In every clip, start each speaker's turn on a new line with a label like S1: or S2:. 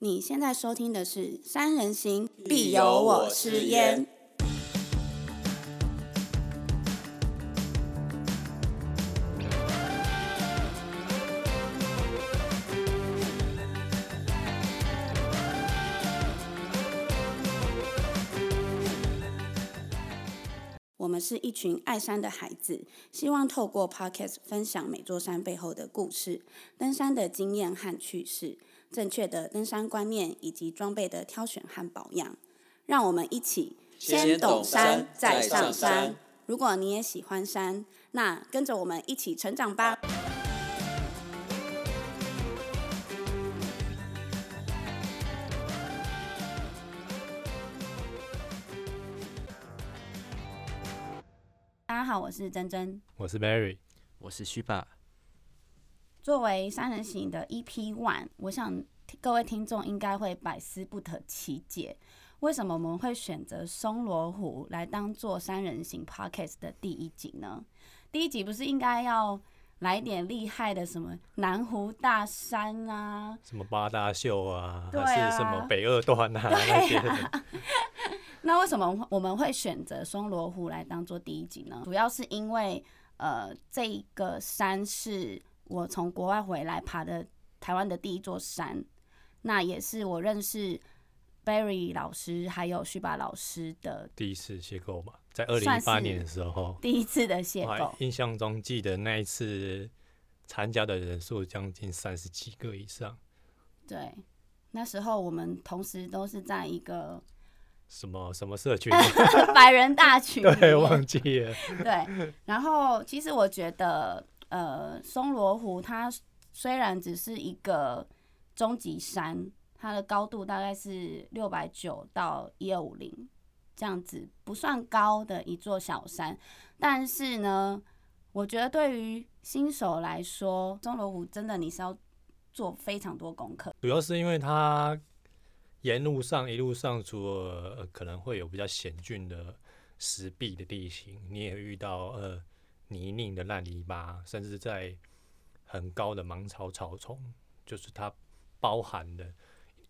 S1: 你现在收听的是《三人行
S2: 必有我师焉》。
S1: 我们是一群爱山的孩子，希望透过 Podcast 分享每座山背后的故事、登山的经验和趣事、正确的登山观念以及装备的挑选和保养。让我们一起
S2: 先懂山再上山。
S1: 如果你也喜欢山，那跟着我们一起成长吧。大家好，我是珍珍。
S3: 我是 Barry，
S2: 我是虚爸，
S1: 作为三人行的 EP One，我想各位听众应该会百思不得其解，为什么我们会选择松罗湖来当做三人行 Podcast 的第一集呢？第一集不是应该要来点厉害的，什么南湖大山啊？
S3: 什么八大秀啊，
S1: 对啊
S3: 还是什么北二段啊那
S1: 对
S3: 些
S1: 呀、
S3: 的，
S1: 那为什么我们会选择松罗湖来当做第一集呢？主要是因为呃，这一个山是我从国外回来爬的台湾的第一座山，那也是我认识 Barry 老师还有徐爸老师的
S3: 第一次邂逅嘛，在二零
S1: 算
S3: 一
S1: 是
S3: 八年的时候，
S1: 第一次的邂
S3: 我还
S1: 逅。
S3: 印象中记得那一次参加的人数将近三十几个以上，
S1: 对，那时候我们同时都是在一个
S3: 什么什么社群，啊
S1: 百人大群里面，
S3: 对，忘记了，
S1: 对，然后其实我觉得，呃，松罗湖它虽然只是一个终极山，它的高度大概是六百九到一二五零这样子，不算高的一座小山，但是呢，我觉得对于新手来说，松罗湖真的你是要做非常多功课，
S3: 主要是因为它沿路上一路上，除了、呃、可能会有比较险峻的石壁的地形，你也遇到呃泥泞的烂泥巴，甚至在很高的芒草草丛，就是它包含的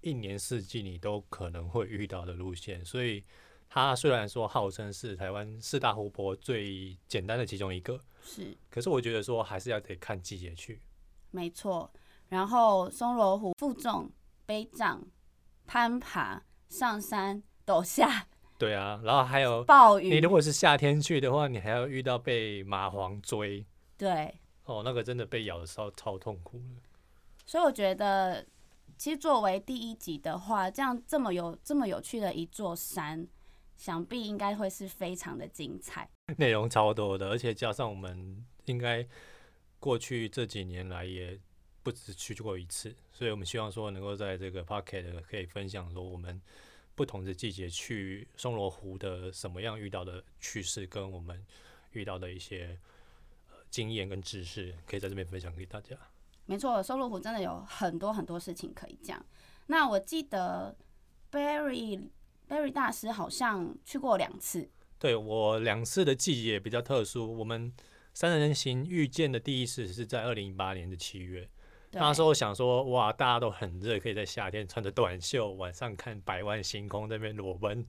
S3: 一年四季你都可能会遇到的路线。所以它虽然说号称是台湾四大湖泊最简单的其中一个，
S1: 是
S3: 可是我觉得说还是要得看季节去。
S1: 没错。然后松罗湖负重、背杖、攀爬、上山、陡下。
S3: 对啊，然后还有
S1: 暴
S3: 你
S1: 雨
S3: 如，果是夏天去的话，你还要遇到被蚂蟥追
S1: 对，
S3: 哦，那个真的被咬的时候超痛苦的。
S1: 所以我觉得，其实作为第一集的话，这样这么有这么有趣的一座山，想必应该会是非常的精彩。
S3: 内容超多的，而且加上我们应该过去这几年来也不止去过一次，所以我们希望说能够在这个 Pocket 可以分享说我们不同的季节去松罗湖的什么样遇到的趣事，跟我们遇到的一些呃经验跟知识，可以在这边分享给大家。
S1: 没错，松露湖真的有很多很多事情可以讲。那我记得 Barry Barry 大师好像去过两次，
S3: 对我两次的季节比较特殊，我们三人行遇见的第一次是在二零一八年的七月，
S1: 对，
S3: 那时候想说哇，大家都很热，可以在夏天穿着短袖，晚上看百万星空在那边裸奔。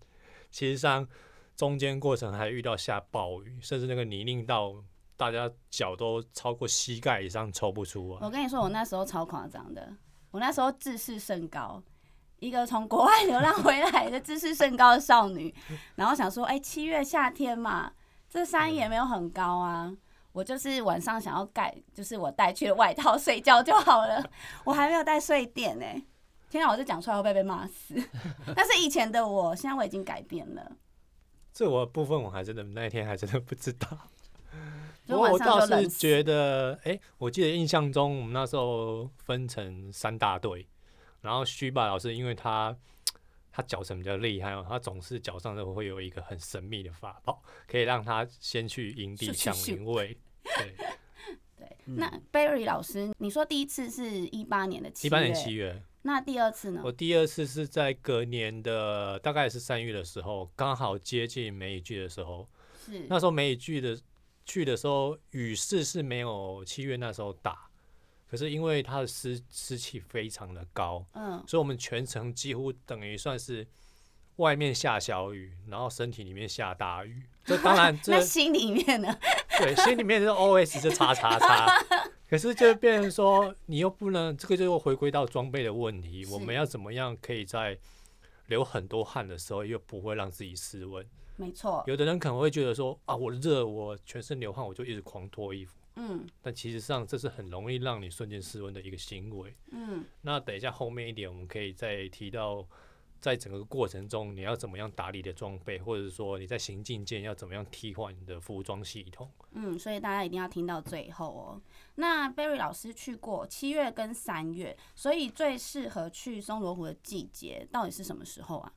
S3: 其实上中间过程还遇到下暴雨，甚至那个泥泞到大家脚都超过膝盖以上抽不出
S1: 我
S3: 啊。
S1: 跟你说，我那时候超夸张的，我那时候自视甚高，一个从国外流浪回来的自视甚高的少女，然后想说，哎、七月夏天嘛，这山也没有很高啊。我就是晚上想要盖，就是我带去的外套睡觉就好了，我还没有带睡垫呢、天啊，我就讲出来会被被骂死。但是以前的我，现在我已经改变了，
S3: 这我的部分我还真的那一天还真的不知道。
S1: 所
S3: 不
S1: 以晚
S3: 过哦我
S1: 上
S3: 倒
S1: 就冷
S3: 是
S1: 死
S3: 觉得，哎、我记得印象中我们那时候分成三大队，然后虚吧老师因为他他脚程比较厉害哦，他总是脚上都会有一个很神秘的法宝，可以让他先去营地
S1: 咻咻
S3: 抢
S1: 咻
S3: 营位。对，
S1: 对。
S3: 嗯
S1: 那 Barry 老师，你说第一次是一八年的七月，
S3: 一
S1: 嗯
S3: 八年七月，
S1: 那第二次呢？
S3: 我第二次是在隔年的大概是三月的时候，刚好接近梅雨季的时候，
S1: 是
S3: 那时候梅雨季的去的时候，雨势是没有七月那时候大，可是因为它的湿湿气非常的高，
S1: 嗯，
S3: 所以我们全程几乎等于算是外面下小雨，然后身体里面下大雨。这当然 这
S1: 那心里面呢？
S3: 对心里面是 OS 就叉叉 叉，可是就变成说你又不能，这个就回归到装备的问题，
S1: 是
S3: 我们要怎么样可以在流很多汗的时候又不会让自己失温？
S1: 没错，
S3: 有的人可能会觉得说啊，我热，我全身流汗，我就一直狂脱衣服。
S1: 嗯
S3: 但其实上，这是很容易让你瞬间失温的一个行为。
S1: 嗯，
S3: 那等一下后面一点，我们可以再提到，在整个过程中你要怎么样打理你的装备，或者说你在行进间要怎么样替换你的服装系统。
S1: 嗯，所以大家一定要听到最后哦。那 Berry 老师去过七月跟三月，所以最适合去松罗湖的季节到底是什么时候啊？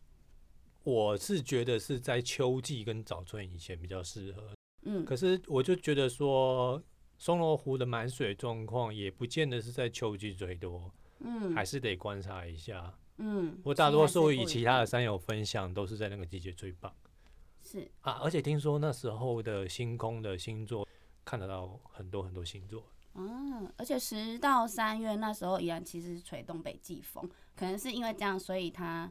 S3: 我是觉得是在秋季跟早春以前比较适合，
S1: 嗯，
S3: 可是我就觉得说，松罗湖的满水状况也不见得是在秋季最多，
S1: 嗯
S3: 还是得观察一下。
S1: 嗯，
S3: 我大多数与
S1: 其
S3: 其他的山友分享都是在那个季节最棒
S1: 是
S3: 啊，而且听说那时候的星空的星座看得到很多很多星座。
S1: 嗯，而且十到三月那时候依然其实是吹东北季风，可能是因为这样，所以它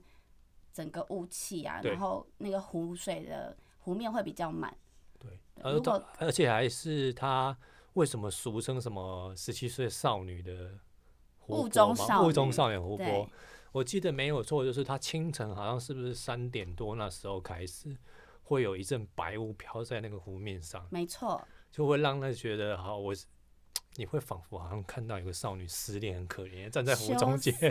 S1: 整个雾气啊，
S3: 对
S1: 然后那个湖水的湖面会比较满。
S3: 对，
S1: 对
S3: 而
S1: 如果
S3: 到而且还是她为什么俗称什么十七岁少女的湖
S1: 雾
S3: 泊
S1: 中
S3: 嘛
S1: 少
S3: 雾中
S1: 女
S3: 少女湖
S1: 对
S3: 泊？我记得没有错，就是她清晨好像是不是三点多那时候开始，会有一阵白雾飘在那个湖面上，
S1: 没错，
S3: 就会让人觉得好我。你会仿佛好像看到有个少女失恋，很可怜，站在湖
S1: 羞
S3: 中间。
S1: 涩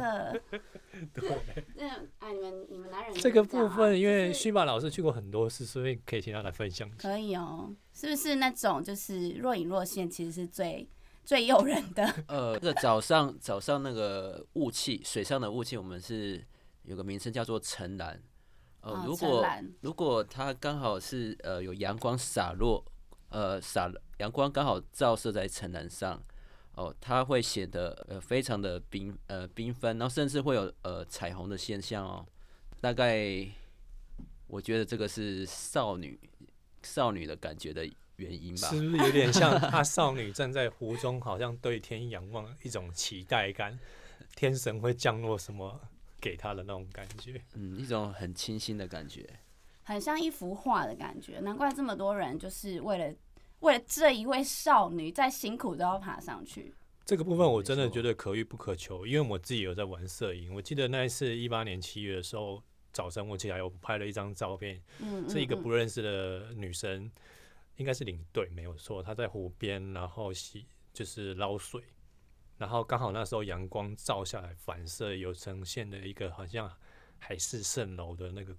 S1: 那哎，你们你们男人
S3: 这个
S1: 也是样
S3: 部
S1: 啊
S3: 分，因
S1: 就
S3: 为
S1: 是
S3: 旭爸老师去过很多次，所以可以请他来分享一下。
S1: 可以哦，是不是那种就是若隐若现，其实是最最诱人的？
S2: 呃，这个早上早上那个雾气，水上的雾气，我们是有个名称叫做晨蓝。呃
S1: 啊，
S2: 如
S1: 晨
S2: 果
S1: 蓝
S2: 如果它刚好是呃有阳光洒落，呃洒阳光刚好照射在城南上，哦，它会显得呃非常的缤呃缤纷，然后甚至会有呃彩虹的现象哦。大概我觉得这个是少女少女的感觉的原因吧。
S3: 是不是有点像她少女站在湖中，好像对天仰望，一种期待感，天神会降落什么给她的那种感觉？
S2: 嗯，一种很清新的感觉。
S1: 很像一幅画的感觉，难怪这么多人就是为了为了这一位少女，再辛苦都要爬上去。
S3: 这个部分我真的
S2: 没错
S3: 觉得可遇不可求，因为我自己有在玩摄影，我记得那一次一八年七月的时候早晨，我起来我拍了一张照片，
S1: 嗯，
S3: 是一个
S1: 嗯嗯
S3: 不认识的女生，应该是领队没有错，她在湖边，然后洗就是捞水，然后刚好那时候阳光照下来，反射有呈现的一个好像海市蜃楼的那个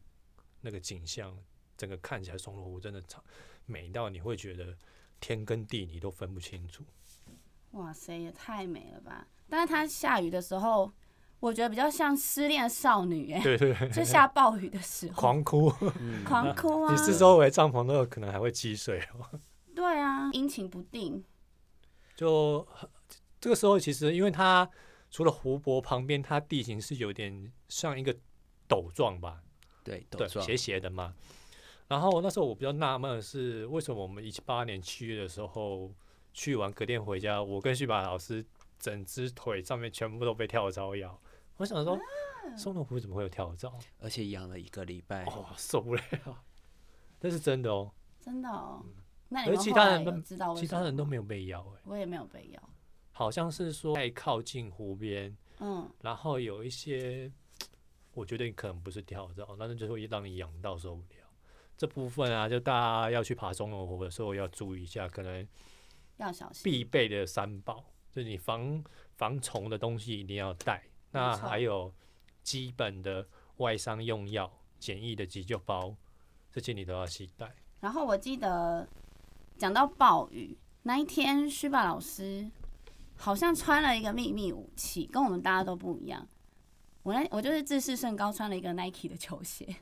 S3: 那个景象，整个看起来松罗湖真的超美到你会觉得天跟地你都分不清楚。
S1: 哇塞，也太美了吧！但是她下雨的时候，我觉得比较像失恋少女哎、
S3: 对对 对，
S1: 就下暴雨的时候
S3: 狂哭！
S2: 嗯，
S1: 狂哭啊
S3: 你，四周围帐篷都有可能还会积水哦。
S1: 对啊，阴晴不定，
S3: 就这个时候，其实因为它除了湖泊旁边，它地形是有点像一个斗状吧，
S2: 对，斗
S3: 对，
S2: 状
S3: 斜斜的嘛。然后那时候我比较纳闷的是，为什么我们一八年七月的时候去完，隔天回家，我跟旭爸老师整只腿上面全部都被跳蚤咬。我想
S2: 啊
S3: 说，松龙湖怎么会有跳蚤？
S2: 而且养了一个礼拜。
S3: 哦，受不了。那是真的哦，
S1: 真的哦。那你
S3: 可是
S1: 们
S3: 其
S1: 后
S3: 他
S1: 来
S3: 人
S1: 有
S3: 都
S1: 知道为
S3: 其
S1: 什
S3: 他
S1: 么
S3: 人都
S1: 吗
S3: 没有被咬、欸，
S1: 我也没有被咬。
S3: 好像是说太靠近湖边，
S1: 嗯，
S3: 然后有一些，我觉得可能不是跳蚤，但是就会让你痒到受不了。这部分啊，就大家要去爬松龙湖的时候要注意一下，可能
S1: 要小心。
S3: 必备的三宝，就是你防防虫的东西一定要带。那
S1: 没错
S3: 还有基本的外伤用药、简易的急救包，这些你都要携带。
S1: 然后我记得讲到暴雨那一天，虚爸老师好像穿了一个秘密武器，跟我们大家都不一样。我那我就是自视甚高，穿了一个 Nike 的球鞋，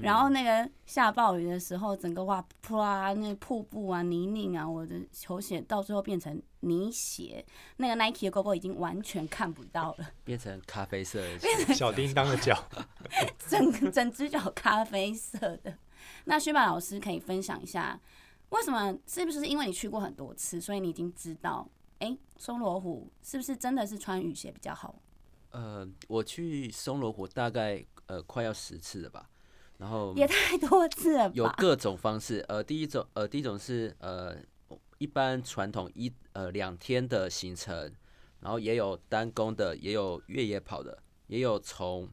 S1: 然后那个下暴雨的时候，整个哇啪，那瀑布啊、泥泞啊，我的球鞋到最后变成泥鞋，那个 Nike 的勾勾已经完全看不到了，
S2: 变成咖啡色的
S3: 小叮当的 脚，
S1: 整整只脚咖啡色的。那薛宝老师可以分享一下，为什么是不是因为你去过很多次，所以你已经知道哎、松罗湖是不是真的是穿雨鞋比较好？
S2: 呃，我去松罗湖大概呃快要十次了吧，然后
S1: 也太多次了
S2: 嗯有
S1: 吧？
S2: 各种方式。呃，第一种呃第一种是呃一般传统一呃两天的行程，然后也有单攻的，也有越野跑的，也有从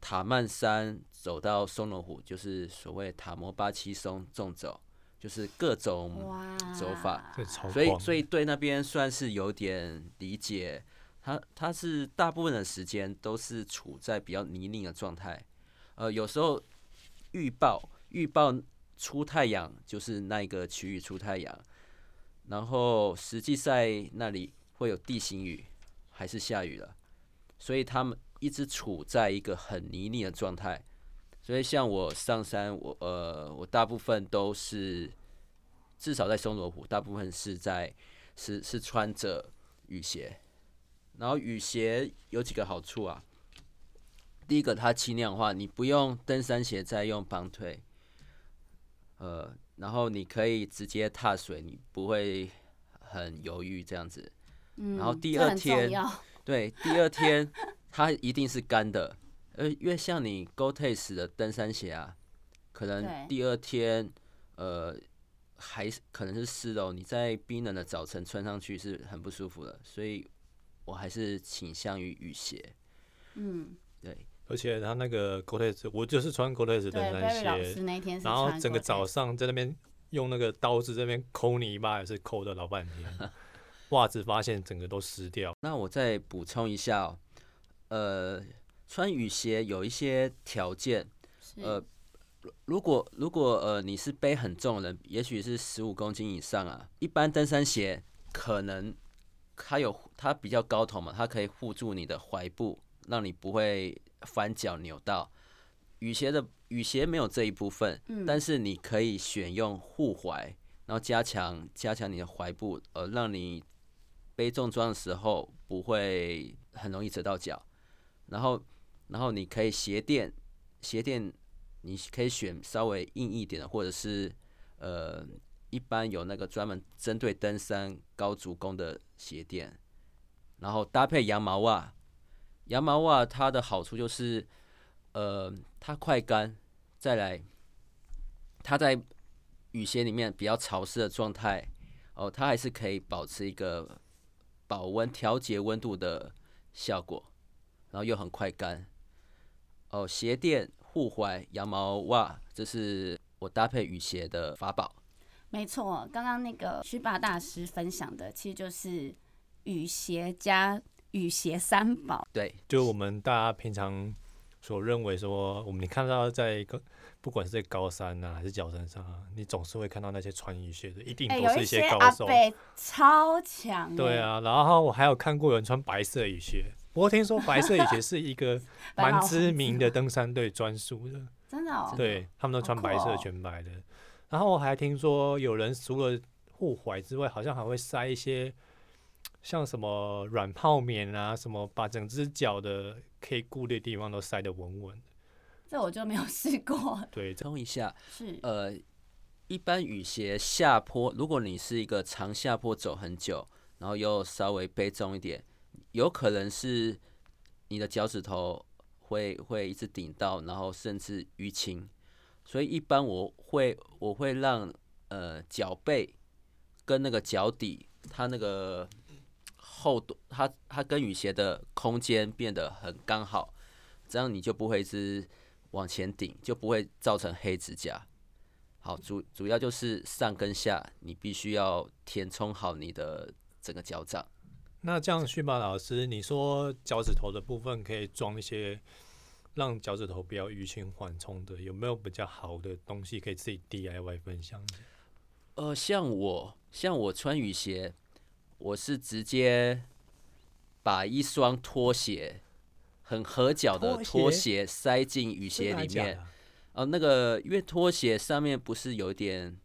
S2: 塔曼山走到松罗湖，就是所谓塔摩八七松纵走，就是各种
S1: 哇，
S2: 走法
S3: 这超
S2: 所以
S3: 广，
S2: 所以对那边算是有点理解。他他是大部分的时间都是处在比较泥泞的状态，呃，有时候预报预报出太阳就是那一个区域出太阳，然后实际赛那里会有地形雨，还是下雨了，所以他们一直处在一个很泥泞的状态。所以像我上山，我呃我大部分都是至少在松罗湖，大部分是在是是穿着雨鞋，然后雨鞋有几个好处啊。第一个，它轻量化，你不用登山鞋再用绑腿，呃，然后你可以直接踏水，你不会很犹豫这样子。
S1: 嗯
S2: 然后第
S1: 这
S2: 二
S1: 很重
S2: 天
S1: 要
S2: 对，第二天它一定是干的，呃，因为像你 GoTaste 的登山鞋啊，可能
S1: 对
S2: 第二天，呃，还是可能是湿的、哦，你在冰冷的早晨穿上去是很不舒服的，所以我还是倾向于雨鞋。
S1: 嗯，
S2: 对，
S3: 而且他那个 GoTes，我就是穿 GoTes
S1: 对
S3: 登山
S1: ，Barry 老
S3: 鞋
S1: 师，那一天是
S3: 然后
S1: 穿
S3: 整个
S1: 过
S3: 早
S1: 的
S3: 上在那边用那个刀子这边抠泥巴，也是抠的老半天，袜子发现整个都湿掉。
S2: 那我再补充一下、哦，呃，穿雨鞋有一些条件，
S1: 是
S2: 呃，如果如果呃你是背很重的人，也许是十五公斤以上啊，一般登山鞋可能它有它比较高筒嘛，它可以护住你的踝部，让你不会翻脚扭到。雨鞋的雨鞋没有这一部分，
S1: 嗯
S2: 但是你可以选用护踝，然后加强加强你的踝部，呃，让你背重装的时候不会很容易折到脚。然后然后你可以鞋垫鞋垫你可以选稍微硬一点的，或者是呃，一般有那个专门针对登山高足弓的鞋垫，然后搭配羊毛袜。羊毛袜它的好处就是，呃，它快干，再来，它在雨鞋里面比较潮湿的状态，哦，它还是可以保持一个保温、调节温度的效果，然后又很快干。哦，鞋垫、护踝、羊毛袜，这是我搭配雨鞋的法宝。
S1: 没错，刚刚那个须霸大师分享的，其实就是雨鞋加雨鞋三宝。
S2: 对，
S3: 就我们大家平常所认为说，我们你看到在一个不管是在高山啊还是脚山上啊，你总是会看到那些穿雨鞋的，一定
S1: 哎、
S3: 都
S1: 有
S3: 是
S1: 一些
S3: 些
S1: 阿
S3: 高手。
S1: 贝超强、哎
S3: 对，啊，然后我还有看过有人穿白色雨鞋，不过听说白色雨鞋是 一个
S1: 白
S3: 蛮
S1: 老
S3: 知
S1: 虎
S3: 名的登山队专属的，
S1: 真的哦，
S3: 对他们都
S1: 好
S3: 穿
S1: 酷
S3: 白色
S1: 哦
S3: 全白的。然后我还听说有人除了护踝之外，好像还会塞一些像什么软泡棉啊，什么把整只脚的可以固的地方都塞得稳稳的。
S1: 这我就没有试 过，
S3: 对，
S2: 补充一下，
S1: 是
S2: 呃，一般雨鞋下坡，如果你是一个长下坡走很久，然后又稍微背重一点，有可能是你的脚趾头会会一直顶到，然后甚至淤青。所以一般我会我会让呃脚背跟那个脚底，它那个厚度，它它跟雨鞋的空间变得很刚好，这样你就不会一直往前顶，就不会造成黑指甲。好，主主要就是上跟下，你必须要填充好你的整个脚掌。
S3: 那这样旭宝老师，你说脚趾头的部分可以装一些让脚趾头不要淤青缓冲的，有没有比较好的东西可以自己 DIY 分享？
S2: 呃，像我像我穿雨鞋，我是直接把一双拖鞋，很合脚的
S3: 拖鞋
S2: 拖鞋塞进雨鞋里面。哦，那个因为拖鞋上面不是有一点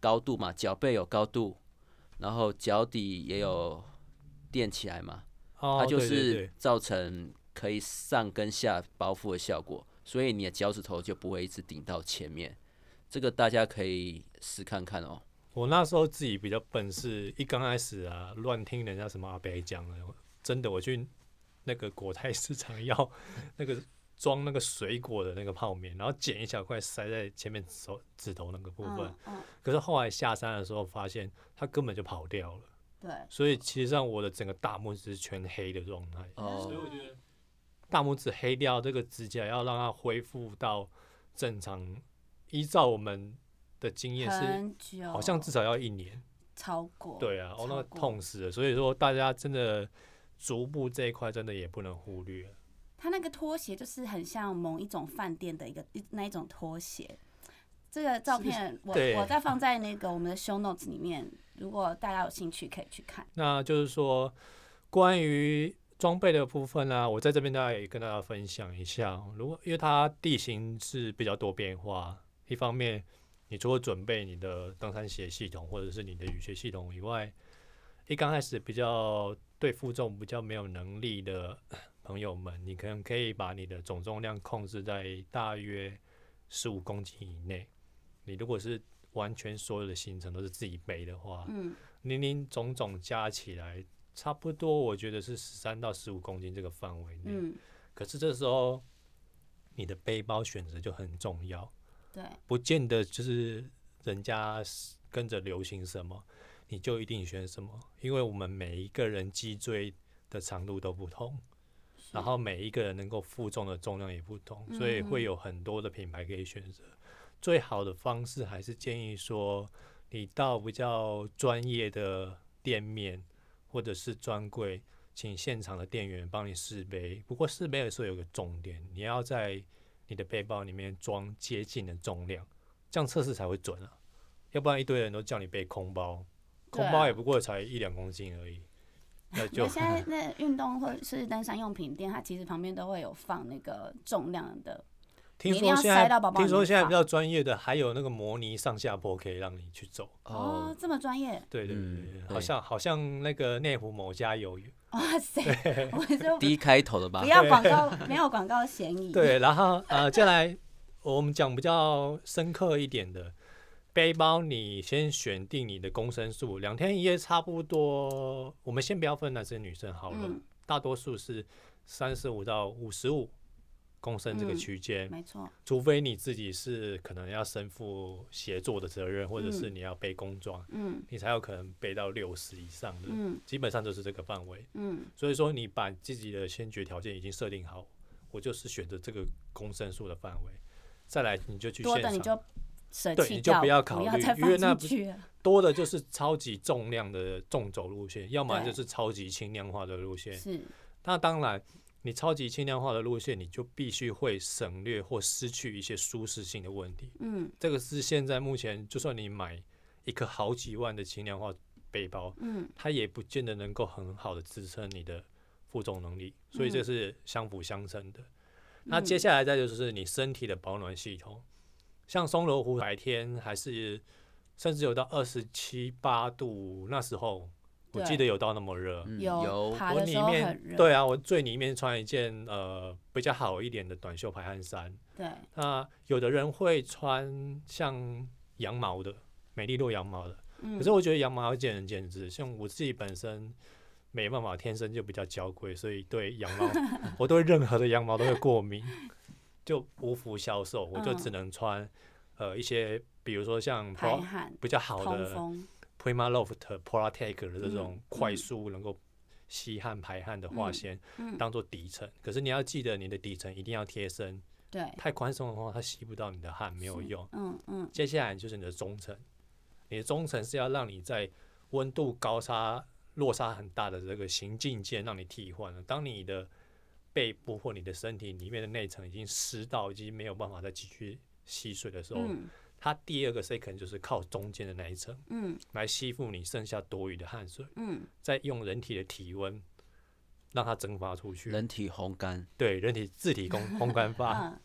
S2: 高度嘛，脚背有高度，然后脚底也有垫起来嘛，
S3: 哦，
S2: 它就
S3: 对对
S2: 是
S3: 对
S2: 造成可以上跟下包覆的效果，所以你的脚趾头就不会一直顶到前面。这个大家可以试看看哦。
S3: 我那时候自己比较笨，是一刚开始啊，乱听人家什么阿北讲的，真的我去那个国泰市场要
S1: 嗯
S3: 那个装那个水果的那个泡面，然后剪一小块塞在前面手指头那个部分。
S1: 嗯嗯，
S3: 可是后来下山的时候发现它根本就跑掉了，
S1: 对，
S3: 所以其实上我的整个大拇指是全黑的状态。
S2: 哦
S3: 所以我觉得大拇指黑掉这个指甲要让它恢复到正常，依照我们的经验是
S1: 很久，
S3: 好像至少要一年。
S1: 超过，
S3: 对啊，哦，那
S1: 超
S3: 个
S1: 过
S3: 痛死了。所以说大家真的足部这一块真的也不能忽略。
S1: 它那个拖鞋就是很像某一种饭店的一个一那一种拖鞋。这个照片我
S3: 对
S1: 我再放在那个我们的 show notes 里面，如果大家有兴趣可以去看。
S3: 那就是说，关于装备的部分呢、啊我在这边大概也跟大家分享一下。如果因为它地形是比较多变化，一方面你除了准备你的登山鞋系统或者是你的雨鞋系统以外，一刚开始比较对负重比较没有能力的朋友们，你可能可以把你的总重量控制在大约十五公斤以内。你如果是完全所有的行程都是自己背的话，
S1: 嗯，
S3: 零零总总加起来，差不多我觉得是十三到十五公斤这个范围内。
S1: 嗯，
S3: 可是这时候，你的背包选择就很重要，
S1: 对，
S3: 不见得就是人家是跟着流行什么，你就一定选什么，因为我们每一个人脊椎的长度都不同，然后每一个人能够负重的重量也不同，所以
S1: 嗯
S3: 会有很多的品牌可以选择。最好的方式还是建议说，你到比较专业的店面或者是专柜，请现场的店员帮你试背。不过试背的时候有个重点，你要在你的背包里面装接近的重量，这样测试才会准啊。要不然一堆人都叫你背空包，
S1: 对啊
S3: 空包也不过才一两公斤而已，那就
S1: 那现 在那运动或是登山用品店，它其实旁边都会有放那个重量的，
S3: 听
S1: 你一定
S3: 说
S1: 要
S3: 现
S1: 塞到
S3: 在
S1: 包包里
S3: 听说
S1: 面
S3: 现在
S1: 放
S3: 比较专业的还有那个模拟上下坡可以让你去走。
S1: 哦
S2: 哦，，
S1: 这么专业，
S3: 对对对
S2: 嗯
S3: 对，
S2: 对
S3: 好像好像那个内湖某家有，
S1: 哇塞，我就
S2: 第一开头的吧
S1: 不，要广告，没有广告嫌疑，，
S3: 对，然后呃，接下来我们讲比较深刻一点的背包，你先选定你的公升数，两天一夜差不多。我们先不要分男生女生好了，
S1: 嗯，
S3: 大多数是三十五到五十五公升这个
S1: 嗯
S3: 区间，
S1: 没错，
S3: 除非你自己是可能要身负协作的责任，或者是
S1: 嗯
S3: 你要背工装，
S1: 嗯
S3: 你才有可能背到六十以上的，
S1: 嗯
S3: 基本上就是这个范围。
S1: 嗯，
S3: 所以说，你把自己的先决条件已经设定好，我就是选择这个公升数的范围，再来你就去
S1: 多
S3: 现
S1: 的
S3: 场，
S1: 你就舍
S3: 对
S1: 弃
S3: 你就
S1: 掉，
S3: 不要考虑
S1: 再
S3: 因
S1: 放
S3: 为那
S1: 进
S3: 不
S1: 去了，
S3: 多的就是超级重量的重走路线，要么
S1: 对
S3: 就是超级轻量化的路线。
S1: 是，
S3: 那当然，你超级轻量化的路线，你就必须会省略或失去一些舒适性的问题。
S1: 嗯
S3: 这个是现在目前，就算你买一个好几万的轻量化背包，
S1: 嗯，
S3: 它也不见得能够很好的支撑你的负重能力，所以
S1: 嗯
S3: 这是相辅相成的。那接下来再就是你身体的保暖系统，像松罗湖白天还是甚至有到二十七八度，那时候我
S1: 对
S3: 记得有到那么热。
S2: 嗯
S1: 有
S2: 有
S1: 爬
S3: 我
S1: 的
S3: 里
S1: 时候
S3: 面
S1: 很热，
S3: 对啊，我最里面穿一件呃比较好一点的短袖排汗衫。
S1: 对，
S3: 那有的人会穿像羊毛的，美利诺羊毛的，
S1: 嗯
S3: 可是我觉得羊毛要见仁见智，像我自己本身没办法，天生就比较娇贵，所以对羊 毛，我对任何的羊毛都会过敏，就无福消受，我就只
S1: 嗯
S3: 能穿、呃一些，比如说像
S1: 排
S3: Pro,
S1: 汗、
S3: 比较好
S1: 通
S3: 的
S1: 风，
S3: Prima Loft、Protec 的这
S1: 嗯
S3: 种快
S1: 嗯
S3: 速能够吸汗排汗的化
S1: 嗯
S3: 纤，
S1: 嗯，
S3: 当做底层。可是你要记得，你的底层一定要贴身，
S1: 对，
S3: 太宽松的话，它吸不到你的汗，没有
S1: 是
S3: 用。
S1: 嗯嗯
S3: 接下来就是你的中层，你的中层是要让你在温度高差、落差很大的这个行进间让你替换的。当你的背部或你的身体里面的内层已经湿到已经没有办法再继续吸水的时候，
S1: 嗯
S3: 它第二个 second 就是靠中间的那一层
S1: 嗯
S3: 来吸附你剩下多余的汗水，
S1: 嗯，
S3: 再用人体的体温让它蒸发出去。
S2: 人体烘干，
S3: 对，人体自体烘烘干法。
S1: 嗯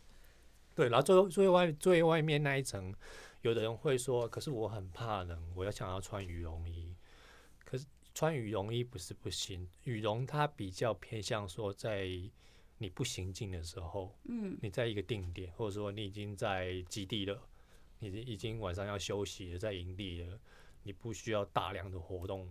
S3: 对，然后最后最外最外面那一层，有的人会说，可是我很怕冷，我要想要穿羽绒衣。可是穿羽绒衣不是不行，羽绒它比较偏向说，在你不行进的时候，
S1: 嗯，
S3: 你在一个定点，或者说你已经在基地了，你已经晚上要休息了，在营地了，你不需要大量的活动，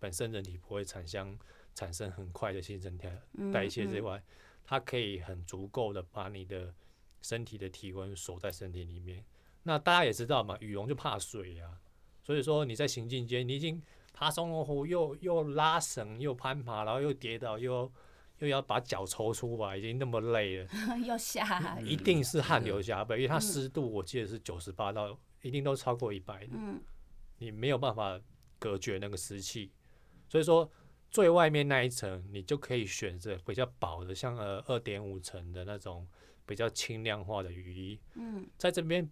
S3: 本身人体不会产生产生很快的新陈代
S1: 嗯
S3: 代谢这
S1: 嗯
S3: 块，它可以很足够的把你的身体的体温锁在身体里面。那大家也知道嘛，羽绒就怕水呀、所以说你在行进间，你已经爬松龙湖又又拉绳又攀爬，然后又跌倒又又要把脚抽出来，已经那么累了，
S1: 嗯 又下
S3: 一
S1: 雨，
S3: 定是汗流浃背，因为它湿度我记得是九十八到一定都超过一百的，
S1: 嗯
S3: 你没有办法隔绝那个湿气，所以说最外面那一层你就可以选择比较薄的，像呃二点五层的那种比较轻量化的雨衣，
S1: 嗯
S3: 在这边